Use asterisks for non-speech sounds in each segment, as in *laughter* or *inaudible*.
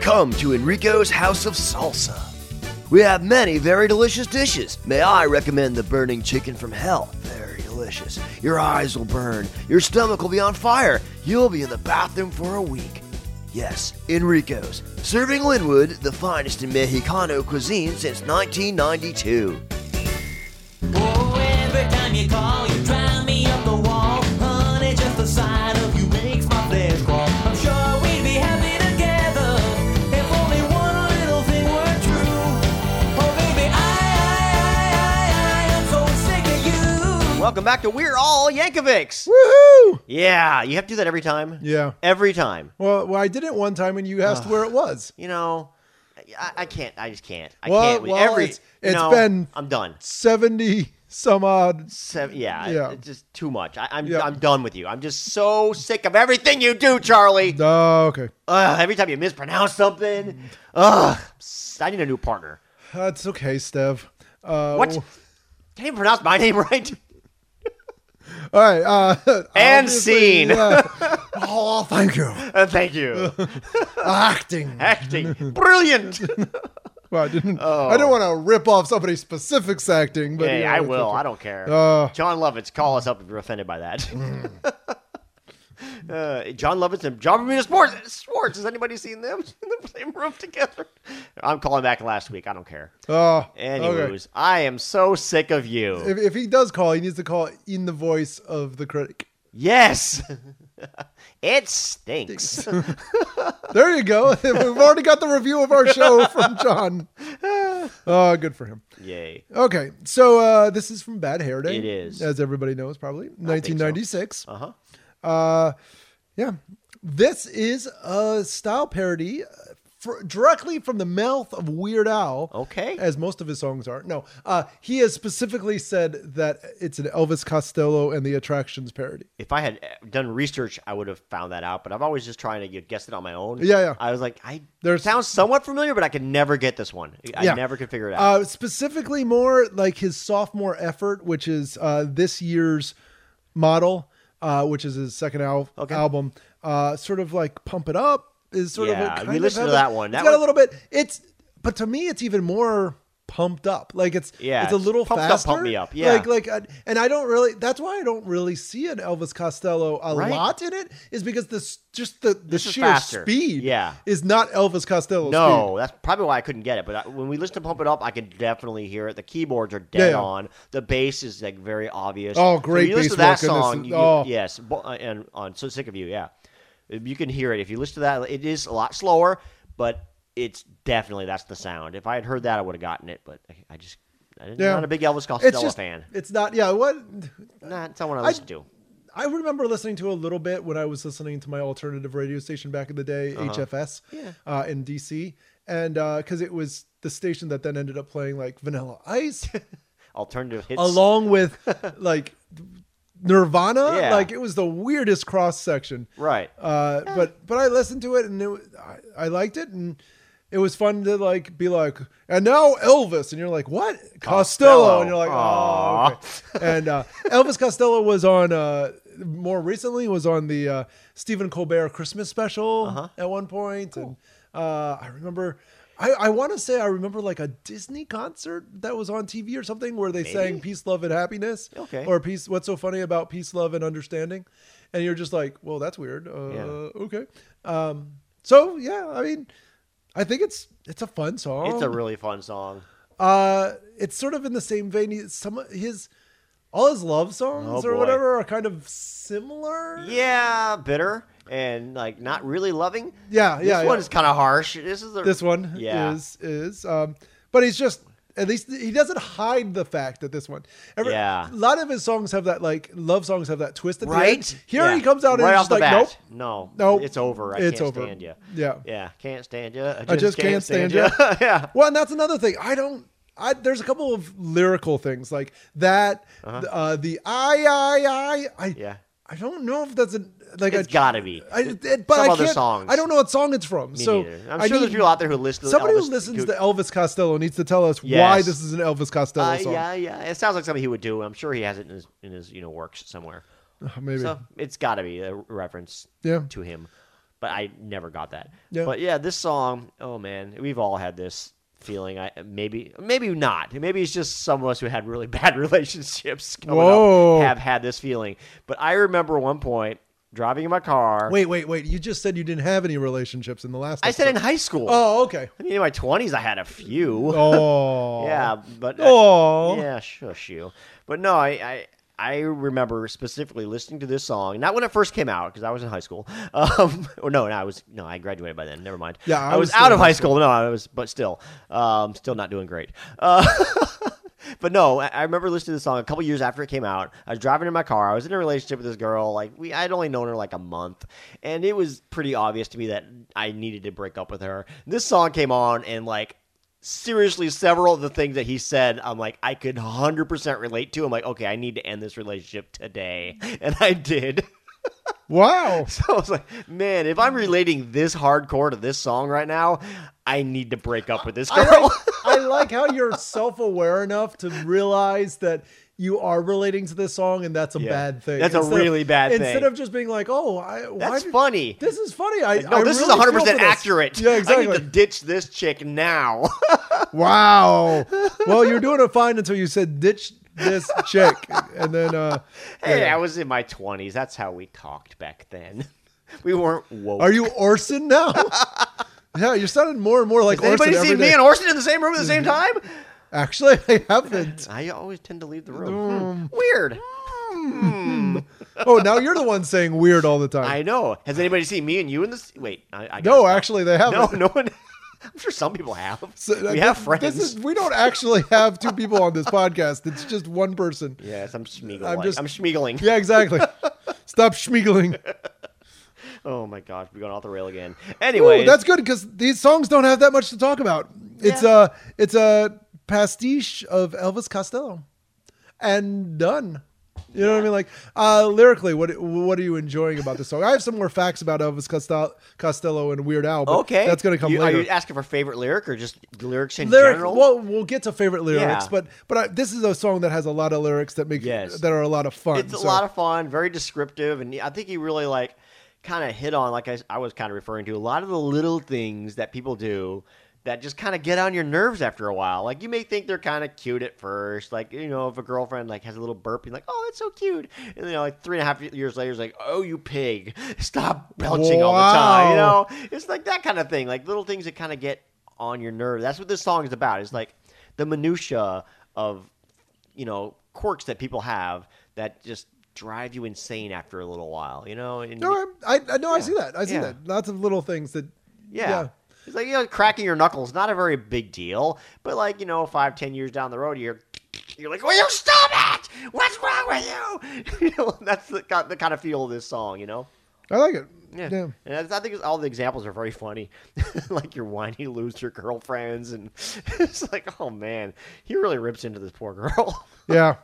Come to Enrico's House of Salsa. We have many very delicious dishes. May I recommend the burning chicken from hell? Very delicious. Your eyes will burn, your stomach will be on fire, you'll be in the bathroom for a week. Yes, Enrico's, serving Linwood the finest in Mexicano cuisine since 1992. Oh, every time you call, you drive me up the wall. Honey, just the sight of you makes my flesh crawl. I'm sure we'd be happy together if only one little thing were true. Oh, baby, I, I, I, I, I am so sick of you. Welcome back to We're All Yankovics. Woohoo! Yeah, you have to do that every time. Yeah. Every time. Well, well, I did it one time when you asked where *sighs* it was. You know, I, I can't. I just can't. I Well, can't. with well, every. it's- you it's know, been- I'm done. 70 some odd. Seven, yeah, Yeah. It's just too much. I, I'm Yeah. I'm done with you. I'm just so sick of everything you do, Charlie. Oh, okay. Ugh, every time you mispronounce something. Ugh, I need a new partner. That's okay, Steph. Uh, What? Can't even pronounce my name *laughs* right. All right. Uh, *laughs* And obviously, scene. yeah. *laughs* oh, thank you. Uh, *laughs* thank you. Acting. Acting, brilliant. Well, I didn't. I didn't want to rip off somebody's specifics acting, but Hey, yeah, Oh. I it's will. okay. I don't care. Uh. Mm. John Lovitz, call us up if you're offended by that. *laughs* uh, John Lovitz and John Bermuda Sports. Sports. Has anybody seen them *laughs* in the same room together? I'm calling back last week. I don't care. Oh, okay. Anyways, I am so sick of you. If, if he does call, he needs to call in the voice of the critic. yes, *laughs* it stinks. *laughs* There you go. *laughs* We've already got the review of our show from *laughs* John. Oh, good for him. Yay. Okay, so uh, this is from Bad Hair Day. It is. as everybody knows, probably 1996. Uh huh. Uh, yeah, this is a style parody uh, fr- directly from the mouth of Weird Al. Okay. as most of his songs are. No, uh, he has specifically said that it's an Elvis Costello and the Attractions parody. If I had uh, done research, I would have found that out. But I'm always just trying to get- guess it on my own. Yeah, yeah. I was like, I There's- sounds somewhat familiar, but I could never get this one. I Yeah. never could figure it out. Uh, specifically, more like his sophomore effort, which is uh, this year's model, uh, which is his second al- Okay. album. Uh, sort of like pump it up is sort of. Yeah, a we kind of listened to Elvis. that one. That it's got a was- little bit. It's but to me, it's even more pumped up. Like it's Yeah, it's a it's little pumped up, pump faster. me up, yeah. like like uh, and I don't really. That's why I don't really see an Elvis Costello a Right. lot in it. Is because this just the the This is sheer faster. speed. Yeah. is not Elvis Costello. No, that's probably why I couldn't get it. But I, when we listen to Pump It Up, I can definitely hear it. The keyboards are dead Yeah, yeah. on. The bass is like very obvious. Oh, So great you listen bass to that work in this. song. you- Oh. yes, bo- uh, and on "So Sick of You," yeah, you can hear it. If you listen to that, it is a lot slower, but it's definitely that's the sound. If I had heard that, I would have gotten it. But I, I just, I'm Yeah. not a big Elvis speed. It's Costello just uh, fan. it's not. Yeah, what Not someone I listen to. I remember listening to a little bit when I was listening to my alternative radio station back in the day, HFS, Uh-huh. Yeah. uh, in DC, and because it was the station that then ended up playing like Vanilla Ice, *laughs* Alternative hits. along with like Nirvana. Yeah. Like it was the weirdest cross section. Right. Uh, but but I listened to it and it, wa- I, I liked it and it was fun to like be like and now Elvis and you're like what Costello, Costello. and you're like Aw. oh okay." and uh, Elvis Costello was on uh, more recently was on the uh, Stephen Colbert Christmas special Uh-huh. at one point and uh, I remember. I, I want to say I remember like a Disney concert that was on TV or something where they sang "Peace, Love, and Happiness" Okay. or "Peace." What's so funny about peace, love, and understanding? And you're just like, well, that's weird. Uh, Yeah. Okay. Um, so yeah, I mean, I think it's it's a fun song. it's a really fun song. uh, it's sort of in the same vein. He- Some of his all his love songs Oh, or boy. whatever are kind of similar. Yeah, bitter and like not really loving. Yeah, yeah, This Uh, yeah. one is kind of harsh. This is a, This one Yeah. is is, um, but he's just at least he doesn't hide the fact that this one. Every, Yeah. A lot of his songs have that like love songs have that twist. At the right end. Here Yeah. he comes out and right he's just off the like, bat. nope. No, Nope. it's over. I It's can't over. stand you. Yeah. yeah, can't stand you. I just, I just can't, stand, you. *laughs* yeah, Well, and that's another thing. I don't. I, there's a couple of lyrical things like that. uh the I, I, I, I. Uh-huh. Yeah. I don't know if that's a like. it's I, gotta be. I, it, but Some I other can't, songs. I don't know what song it's from. Me so neither. I'm I sure there's need- people out there who listen. To Somebody Elvis, who listens who- to Elvis Costello needs to tell us why Yes. this is an Elvis Costello Uh, song. *laughs* yeah, yeah. It sounds like something he would do. I'm sure he has it in his in his you know works somewhere. Oh, Maybe. So it's got to be a reference Yeah. to him. but I never got that. Yeah. But yeah, this song, oh man, we've all had this feeling. I maybe maybe not. Maybe it's just some of us who had really *laughs* bad relationships coming Whoa. up have had this feeling. But I remember one point driving in my car. Wait, wait, wait. You just said you didn't have any relationships in the last. I said in episode. high school. Oh, *laughs* okay. I mean, in my twenties, I had a few. Oh, Yeah, but Oh. yeah, shush you. But no, I, I I remember specifically listening to this song, not when it first came out because I was in high school. *laughs* Um, or no, no, I was no, I graduated by then. Never mind. Yeah, I I, was was, still out in of high high school. No, I was, but still, um, still not doing great. Uh, *laughs* But no, I- I remember listening to the song a couple years after it came out. I was driving in my car. I was in a relationship with this girl. Like we, I'd only known her like a month, and it was pretty obvious to me that I needed to break up with her. This song came on, and like seriously, several of the things that he said, I'm like, I could 100% relate to. I'm like, okay, I need to end this relationship today, *laughs* and I did. Wow. So *laughs* I was like, man, if I'm relating this hardcore to this song right now, I need to break up with this girl. I like, I like how you're self-aware enough to realize that you are relating to this song, and that's a Yeah. bad thing. That's a really bad thing. Instead of just being like, "Oh, I, why That's did- funny. This is funny. I *laughs* No, I this really feel is 100% for this." accurate. Yeah, I exactly. *laughs* need to ditch this chick now. *laughs* Wow. Well, you're doing it fine until you said ditch this chick, and then uh, *laughs* hey, yeah. I was in my 20s. That's how we talked back then. *laughs* We weren't woke. are you Orson *laughs* now? yeah, you're sounding more and more like Has anybody Orson every seen me day. and Orson in the same room at *laughs* the same time? Actually, I haven't. I always tend to leave the room. Hmm. Weird. Oh, now you're the one saying weird all the time. I know. Has anybody seen me and you in this? Wait, I, I gotta no, stop. actually, they haven't. no, no *laughs* one. I'm sure some people have. So, uh, we have this- friends. This is, we don't actually have two people on this podcast. It's just one person. yes, I'm schmeagling. I'm I'm, just- schmeagling. Yeah, exactly. Stop schmiegling. Oh my gosh, we're going off the rail again. Ooh, Anyway, that's good because these songs don't have that much to talk about. It's Yeah. a it's a pastiche of Elvis Costello, and done. You know what I mean? Like uh, lyrically, what what are you enjoying about this song? I have some more facts about Elvis Costello, Costello and Weird Al. But okay. that's gonna come You- later. Are you asking for favorite lyric or just lyrics in lyric. general? Well, we'll get to favorite lyrics, Yeah. but but I, this is a song that has a lot of lyrics that make Yes. that are a lot of fun. it's a so- lot of fun, very descriptive, and I think he really like kind of hit on like I, I was kind of referring to a lot of the little things that people do that just kind of get on your nerves after a while. Like you may think they're kind of cute at first, like you know if a girlfriend like has a little burp, you're like, oh that's so cute, and you know like three and a half years later, it's like, oh you pig, stop belching all the time. You Wow. know, it's like that kind of thing, like little things that kind of get on your nerve. That's what this song is about. It's like the minutia of you know quirks that people have that just drive you insane after a little while you know and No, I'm- I I know I see that. I see Yeah. that. Lots of little things that. yeah. yeah. it's like you know cracking your knuckles not a very big deal but like you know five ten years down the road you're you're like will you stop it what's wrong with you *laughs* you know that's the, ki- the kind of feel of this song you know I like it. yeah, yeah. and that's- I think it's- all the examples are very funny, *laughs* like your whiny loser girlfriends, and *laughs* it's like, oh man, he really rips into this poor girl. *laughs* Yeah,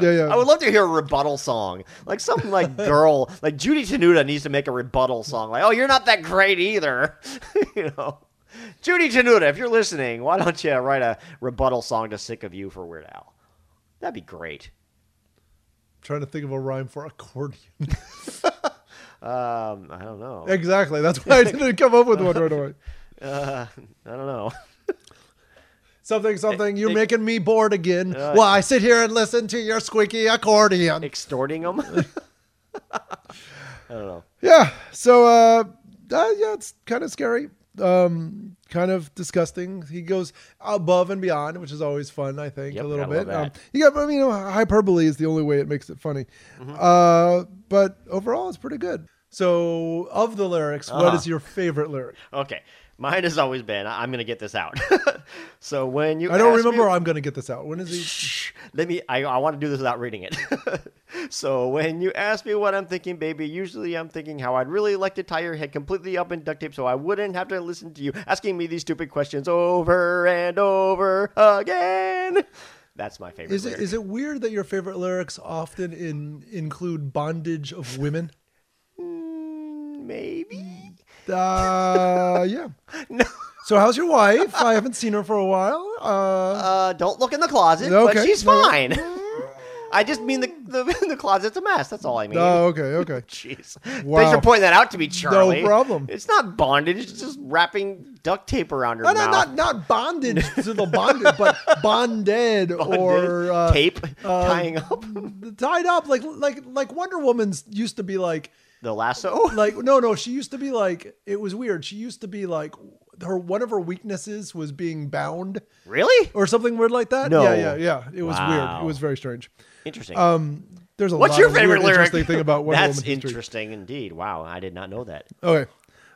yeah, yeah. I would love to hear a rebuttal song, like some like girl, like Judy Tenuta needs to make a rebuttal song, like "Oh, you're not that great either," *laughs* you know. Judy Tenuta, if you're listening, why don't you write a rebuttal song to "Sick of You" for Weird Al? That'd be great. trying to think of a rhyme for accordion. *laughs* Um, I don't know. exactly. That's why I didn't come up with one right away. Uh, I don't know. *laughs* Something, something. You're it- making me bored again. Uh, While I sit here and listen to your squeaky accordion. Extorting them. *laughs* I don't know. yeah. So, uh, uh, yeah, it's kind of scary. Um, kind of disgusting. He goes above and beyond, which is always fun. I think Yep, a little gotta love bit. Um, that. you got, I mean, you know, hyperbole is the only way it makes it funny. Mm-hmm. Uh, but overall, it's pretty good. So, of the lyrics, what Uh-huh. is your favorite lyric? Okay, mine has always been. I- I'm gonna get this out. *laughs* so when you, I don't ask me- remember. I'm going to get this out. When is he? Shh. *laughs* Let me. I, I want to do this without reading it. *laughs* so when you ask me what I'm thinking, baby, usually I'm thinking how I'd really like to tie your head completely up in duct tape so I wouldn't have to listen to you asking me these stupid questions over and over again. That's my favorite. Is it is it weird that your favorite lyrics often in include bondage of women? Mm, maybe? Uh, yeah. *laughs* No. So how's your wife? I haven't seen her for a while. Uh, Uh, don't look in the closet, Okay, but she's no. fine. *laughs* I just mean the the, the closet's a mess. That's all I mean. Oh, okay, *laughs* okay. Jeez. Thanks Wow. for pointing that out to me, Charlie. problem. It's not bondage. It's just wrapping duct tape around her No, no, mouth. not not bondage to the bondage, *laughs* but bonded or uh, tape tying up tied up like like like Wonder Woman's used to be like the lasso. *laughs* like no no she used to be like it was weird she used to be like her one of her weaknesses was being bound Really? or something weird like that No. yeah yeah yeah it was Wow. weird it was very strange Interesting. um there's a What's lot your of favorite weird, lyric? interesting thing about Wonder That's Woman history. interesting indeed. Wow, I did not know that. Okay.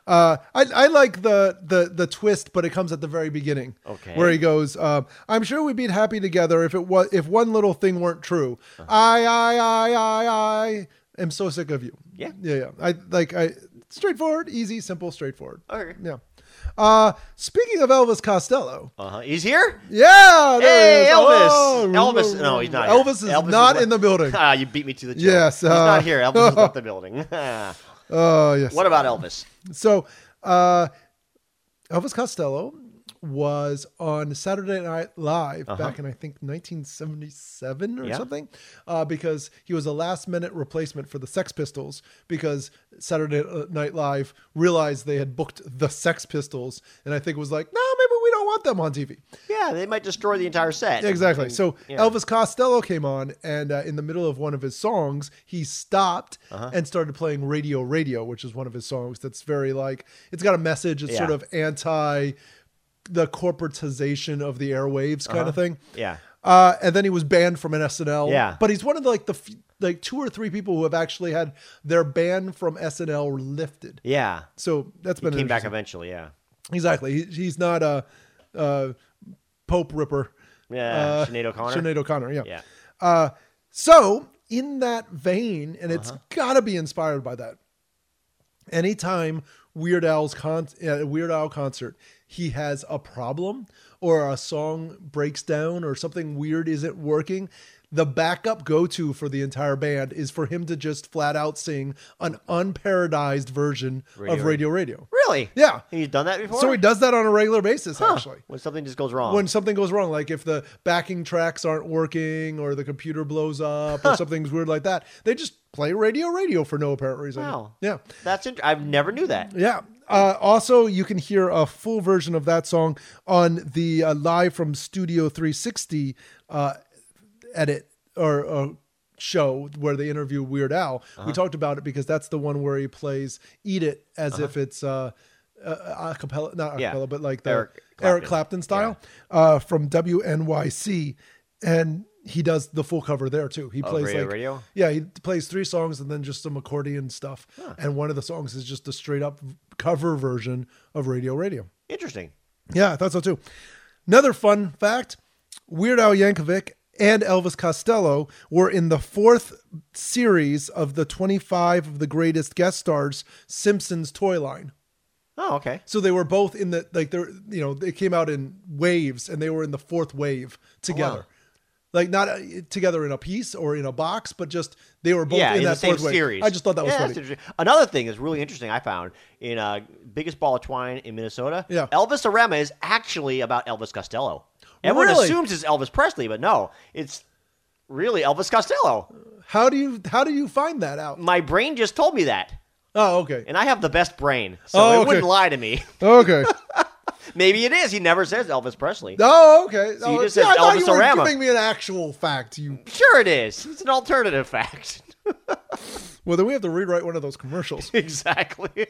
Uh, I, I like the, the the twist, but it comes at the very beginning. Okay. where he goes, um, I'm sure we'd be happy together if it was if one little thing weren't true. Uh-huh. I I I I I am so sick of you. Yeah. yeah, yeah. I like I straightforward, easy, simple, straightforward. Okay. Yeah. Uh, speaking of Elvis Costello, Uh huh. He's here. yeah, there he Hey, is. Elvis! Oh, Elvis! No, he's not. here. Elvis is not le- in the *laughs* building. Uh, Ah, you beat me to the joke. Yes, he's uh, not here. *laughs* Elvis is not the building. *laughs* Oh yes. what about Elvis? So, uh, Elvis Costello was on Saturday Night Live back in I think 1977 or Yeah. something, uh, because he was a last-minute replacement for the Sex Pistols because Saturday uh, Night Live realized they had booked the Sex Pistols, and I think was like, no, maybe we don't want them on TV. Yeah, they might destroy the entire set. Exactly. So yeah. Elvis Costello came on, and uh, in the middle of one of his songs, he stopped Uh-huh. and started playing Radio Radio, which is one of his songs that's very like, it's got a message. It's Yeah. sort of anti the corporatization of the airwaves kind of thing. Uh-huh. Yeah. Uh, and then he was banned from an SNL. Yeah. But he's one of the, like the f- like two or three people who have actually had their ban from SNL lifted. Yeah. So that's He been an came back interesting- eventually. Yeah. Exactly. He, he's not a, uh Pope Ripper. Uh, Yeah, Sinead O'Connor. Sinead O'Connor. Yeah. Yeah. Uh, so in that vein, and it's got to be inspired by that. Anytime Weird Al's con- at a Weird Al concert, he has a problem or a song breaks down or something weird isn't working. The backup go to for the entire band is for him to just flat out sing an unparodized version of Radio Radio. Really? Yeah. He's done that before. So he does that on a regular basis, actually When something just goes wrong. when something goes wrong, like if the backing tracks aren't working or the computer blows up *laughs* or something's weird like that, they just play radio radio for no apparent reason. Wow. Yeah. That's int- I've never knew that. Yeah. Uh, also, you can hear a full version of that song on the uh, live from Studio 360 uh, edit or, or show where they interview Weird Al. Uh-huh. We talked about it because that's the one where he plays "Eat It" as if it's uh, uh, a cappella, not a Uh-huh. Yeah. cappella, but like the Eric Eric Clapton, Clapton. style uh, from WNYC, and he does the full cover there too. He plays Oh, Radio like Radio? yeah, he plays three songs and then just some accordion stuff. And one of the songs is just a straight up cover version of Radio Radio. Interesting. Yeah, I thought so too. Another fun fact Weird Al Yankovic and Elvis Costello were in the fourth series of the 25 of the greatest guest stars Simpsons toy line. Oh, okay. So they were both in the like they're you know they came out in waves and they were in the fourth wave Oh, together. Like not uh, together in a piece or in a box, but just they were both yeah, in, in that the same fourth wave. series. I just thought that was Yeah, that's funny. interesting. Another thing that's really interesting I found in uh, Biggest Ball of Twine in Minnesota. Yeah. Elvis Arama is actually about Elvis Costello. Everyone Really? assumes it's Elvis Presley, but no, it's really Elvis Costello. How do you how do you find that out? My brain just told me that, Oh, okay, Mm. and I have the best brain, so Oh, it okay. wouldn't lie to me. *laughs* okay. Maybe it is. He never says Elvis Presley. Oh, okay. So you oh, just yeah, said I thought Elvis you were Arama. giving me an actual fact. *laughs* You Sure, it is. It's an alternative *laughs* fact. well, then we have to rewrite one of those *laughs* commercials. exactly.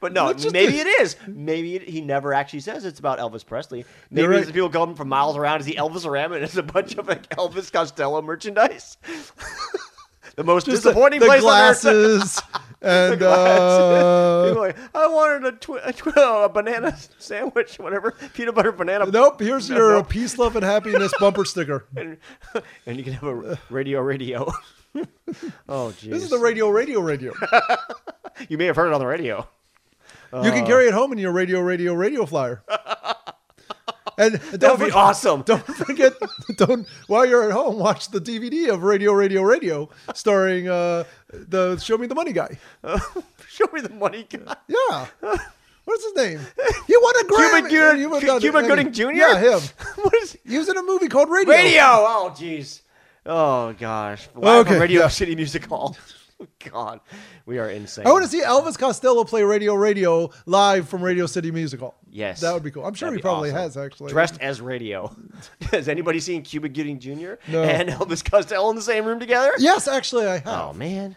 but no, Let's just- *laughs* maybe it is. Maybe it, he never actually says it's about Elvis Presley. Maybe You're right. it's people coming from miles around is the Elvis Aram and it's a bunch of like, Elvis Costello merchandise. *laughs* the most Just disappointing the, the place on *laughs* earth. glasses and uh, *laughs* People are like, I wanted a, twi- a, twi- *laughs* a banana sandwich, whatever, peanut butter banana. nope. Here's No, your nope. peace, love, and happiness bumper *laughs* sticker. And, and you can have a radio radio. *laughs* oh, jeez. This is the radio, radio, radio. You may have heard it on the radio. *laughs* You Uh, can carry it home in your radio, radio, radio *laughs* flyer. And don't That would be forget, *laughs* awesome. don't forget, don't while you're at home, watch the DVD of Radio, Radio, Radio, starring uh, the Show Me the Money guy. Show me the money guy. Yeah. What's his name? He won a Grammy. Cuba, Gooding- He won Cuba another- Gooding Jr.? *laughs* Yeah, him. what is He was in a movie called Radio. radio? Oh, jeez. Oh gosh. Live Okay, from Radio yeah. City Music Hall. *laughs* Oh, God, we are insane. I want to see Elvis Costello play Radio Radio live from Radio City Music Hall. Yes. That would be cool. I'm sure That'd he be probably awesome. has, actually. Dressed as radio. *laughs* Has anybody seen Cuba Gooding Jr. No. and Elvis Costello in the same room together? Yes, actually, I have. Oh man.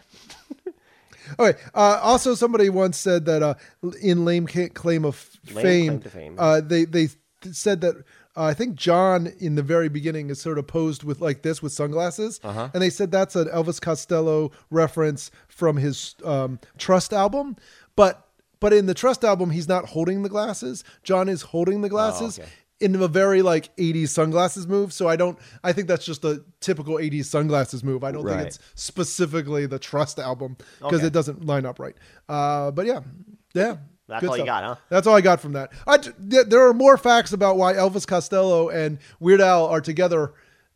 Okay. Uh, also, somebody once said that uh, in lame Ca- claim of Lame fame, Claim to Fame. Uh, they they th- said that. Uh, I think John in the very beginning is sort of posed with like this with sunglasses, Uh-huh. and they said that's an Elvis Costello reference from his um, Trust album, but but in the Trust album he's not holding the glasses. John is holding the glasses Oh, okay. in a very like '80s sunglasses move. So I don't. I think that's just a typical '80s sunglasses move. I don't Right. think it's specifically the Trust album because Okay. it doesn't line up right. Uh, but yeah, yeah. That's good all you got, huh? That's all I got from that. I j- th- there are more facts about why Elvis Costello and Weird Al are together,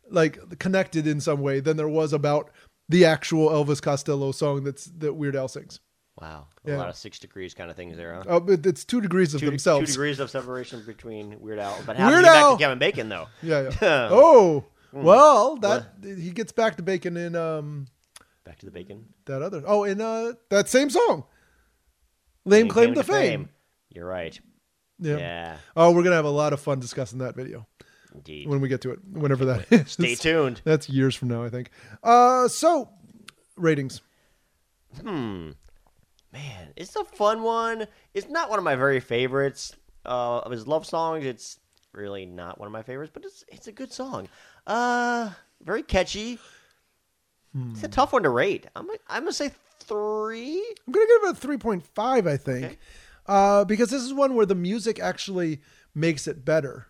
like connected in some way, than there was about the actual Elvis Costello song that's that Weird Al sings. Wow. A Yeah. lot of six degrees kind of things there, huh? Uh, but it's two degrees of Two, themselves. two degrees of separation between Weird Al. But how Weird did he get back Al- to Kevin Bacon though? *laughs* Yeah. yeah. oh, Hmm. well, that he gets back to bacon in um Back to the bacon. that other. Oh, in uh that same song. Lame He claim came to fame. You're right. Yeah. Yeah, Oh, we're gonna have a lot of fun discussing that video. indeed. when we get to it, whenever that *laughs* is. Stay tuned. That's years from now, I think. Uh, so ratings. Man, it's a fun one. It's not one of my very favorites uh, of his love songs. It's really not one of my favorites, but it's it's a good song. Uh, very catchy. Hmm. It's a tough one to rate. I'm gonna- I'm gonna say three. I'm gonna give it a three point five, I think, Okay. uh, because this is one where the music actually makes it better.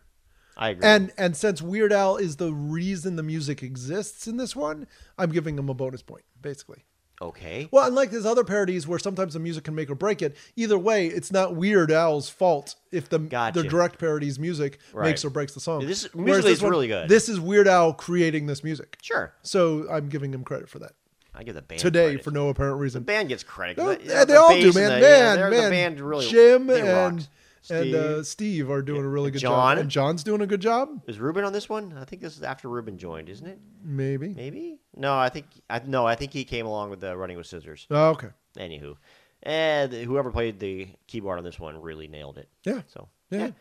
I agree. And and since Weird Al is the reason the music exists in this one, I'm giving him a bonus point, basically. okay, Well, unlike these other parodies where sometimes the music can make or break it, either way, it's not Weird Al's fault if the Gotcha. the direct parody's music Right. makes or breaks the song. This- Whereas musically this it's really good. This is Weird Al creating this music. sure. So I'm giving him credit for that I give the band today credit. for no apparent the reason. band gets credit. 'cause No, that- they the all bass do, and man. the- man, yeah, they're- man. The band really Jim they and rocked. and uh, Steve- Steve are doing a really good John. job, and John's doing a good job. is Ruben on this one? I think this is after Ruben joined, isn't it? Maybe. Maybe. No, I think I no, I think he came along with the Running with Scissors. Oh, okay. Anywho, and whoever played the keyboard on this one really nailed it. Yeah. So Yeah. yeah,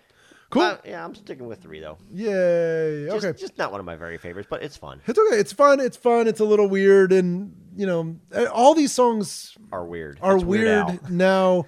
Cool. Uh, yeah, I'm sticking with three though. Yay. Just, Okay. just not one of my very favorites, but it's fun. It's okay. It's fun. It's fun. It's a little weird, and you know, all these songs Are weird. are It's Weird weird, Al. *laughs* now.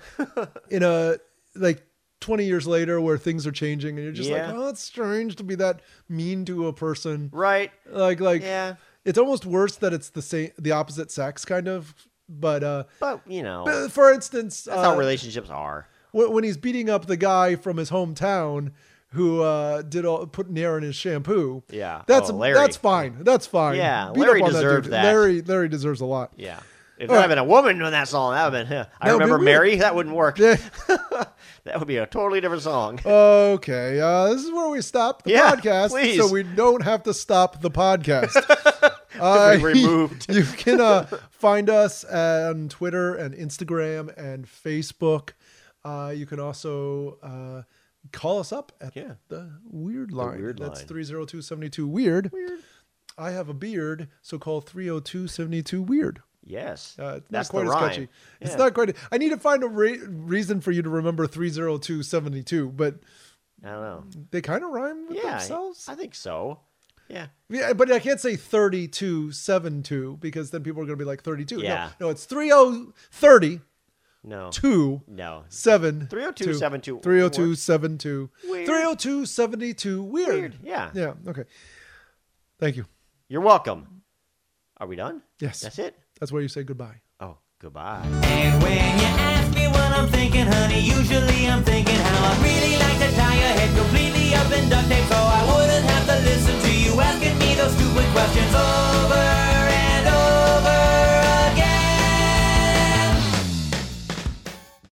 in a like twenty years later, where things are changing, and you're just Yeah. like, oh, it's strange to be that mean to a person. Right. Like, like, Yeah. It's almost worse that it's the same, the opposite sex, kind of. But uh, But you know, but for instance, Oh. that's uh, how relationships are. when, when he's beating up the guy from his hometown who uh, did all put Nair in his shampoo. Yeah. that's Oh, Larry. that's fine. That's fine. Yeah, Beat up Larry on that deserved dude. that. Larry Larry deserves a lot. Yeah. If there had right. been a woman in that song, that would have been. I That would be remember weird. Mary. That wouldn't work. *laughs* Yeah. Oh. that would be a totally different song. Okay, uh, this is where we stop the Yeah, podcast, please. so we don't have to stop the *laughs* podcast. *laughs* Uh, We removed. You can uh, find us on Twitter and Instagram and Facebook. Uh, you can also uh, call us up at Yeah. the weird line. weird That's line. three zero two seventy two weird. Weird. I have a beard, so call three zero two seventy two weird. Yes. Uh, it's That's not quite the as rhyme. catchy. It's Yeah. not quite. I need to find a re- reason for you to remember three zero two seventy two, but I don't know. they kind of rhyme with Yeah. I- themselves. I think so. Yeah. yeah, but I can't say 32 7 2 because then people are going to be like 32. No, Yeah. No, it's oh, 30 30 No. 2 No. 7 302 72. 302 7 2 Weird. 302 72 weird. Weird. Yeah. Yeah, okay. Thank you. You're welcome. Are we done? Yes. That's it. That's where you say goodbye. Oh, goodbye. And when you ask me what I'm thinking, honey, usually I'm thinking how I really like to tie your head completely.